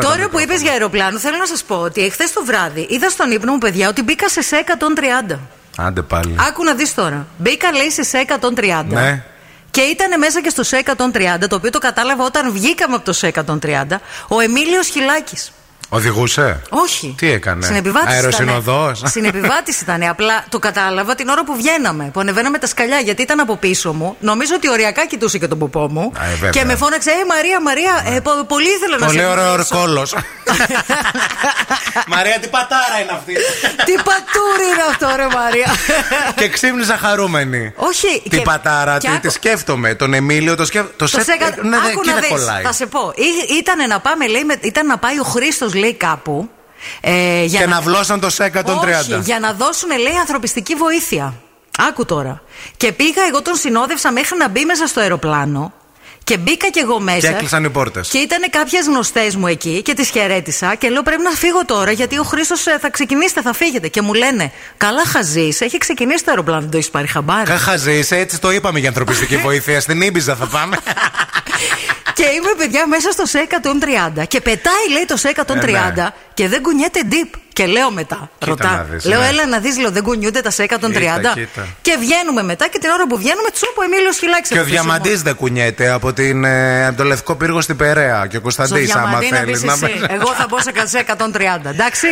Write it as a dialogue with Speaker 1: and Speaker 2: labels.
Speaker 1: Τώρα που είπες για αεροπλάνο, θέλω να σας πω ότι εχθές το βράδυ είδα στον ύπνο μου, παιδιά, ότι μπήκα σε σε 130.
Speaker 2: Άντε πάλι.
Speaker 1: Άκου να δεις τώρα. Μπήκα, λέει, σε σε 130.
Speaker 2: Ναι.
Speaker 1: Και ήταν μέσα και στο σε 130, το οποίο το κατάλαβα όταν βγήκαμε από το σε 130, ο Εμίλιος Χιλάκης.
Speaker 2: Οδηγούσε.
Speaker 1: Όχι.
Speaker 2: Τι έκανε.
Speaker 1: Συνεπιβάτη.
Speaker 2: Αεροσυνοδό.
Speaker 1: Συνεπιβάτη ήταν. Απλά το κατάλαβα την ώρα που βγαίναμε, που ανεβαίναμε τα σκαλιά, γιατί ήταν από πίσω μου. Νομίζω ότι ωριακά κοιτούσε και τον ποπό μου.
Speaker 2: Α, ε, βέβαια.
Speaker 1: και με φώναξε, Ε, Μαρία, Μαρία, ε, πο- πολύ ήθελα να σε
Speaker 2: Πολύ ωραίο
Speaker 1: γνωρίσω».
Speaker 2: ορκόλο. Μαρία, τι πατάρα είναι αυτή.
Speaker 1: Τι πατούρι είναι αυτό, ρε Μαρία.
Speaker 2: και ξύπνησα χαρούμενη.
Speaker 1: Όχι,
Speaker 2: Την
Speaker 1: και-
Speaker 2: πατάρα,
Speaker 1: και
Speaker 2: τι,
Speaker 1: άκου-
Speaker 2: τη σκέφτομαι. Τον Εμίλιο, το σκέφτομαι. Το,
Speaker 1: Το
Speaker 2: σεφ-
Speaker 1: σέκα...
Speaker 2: Ναι, ναι,
Speaker 1: Άκου
Speaker 2: εκεί
Speaker 1: να
Speaker 2: δεν
Speaker 1: δεις,
Speaker 2: κολλάει.
Speaker 1: θα σε πω. Ή- Ήταν να, πάμε, λέει, με- ήταν να πάει ο Χρήστος, λέει, κάπου. Ε, για
Speaker 2: Και να βλώσαν το σε 130.
Speaker 1: Όχι, για να δώσουν, λέει, ανθρωπιστική βοήθεια. Άκου τώρα. Και πήγα, εγώ τον συνόδευσα μέχρι να μπει μέσα στο αεροπλάνο. Και μπήκα κι εγώ μέσα.
Speaker 2: Και έκλεισαν οι πόρτες.
Speaker 1: Και ήταν κάποιες γνωστές μου εκεί και τις χαιρέτησα και λέω: Πρέπει να φύγω τώρα γιατί ο Χρήστος θα ξεκινήσετε, θα φύγετε. Και μου λένε: Καλά, χαζή, έχει ξεκινήσει το αεροπλάνο, δεν το έχεις πάρει χαμπάρι.
Speaker 2: Καχαζή, έτσι το είπαμε για
Speaker 1: Ε,
Speaker 2: ανθρωπιστική βοήθεια. Στην Ήμπιζα θα πάμε.
Speaker 1: και είμαι παιδιά μέσα στο σε 130 και πετάει λέει το σε 130
Speaker 2: Ε, ναι.
Speaker 1: και δεν κουνιέται deep. Και λέω μετά,
Speaker 2: Κοίτα να
Speaker 1: ρωτά.
Speaker 2: δεις,
Speaker 1: λέω,
Speaker 2: ναι.
Speaker 1: έλα να δεις, λέω, δεν κουνιούνται τα σε 130.
Speaker 2: Κοίτα, κοίτα.
Speaker 1: Και βγαίνουμε μετά και την ώρα που βγαίνουμε, τσούπο, Εμίλιο χυλάξει.
Speaker 2: και ο Διαμαντή δεν κουνιέται από, την, ε, από το Λευκό Πύργο στην Περαία. Και ο Κωνσταντής, άμα θέλει.
Speaker 1: να πεις εσύ. Εγώ θα μπω σε 130, εντάξει.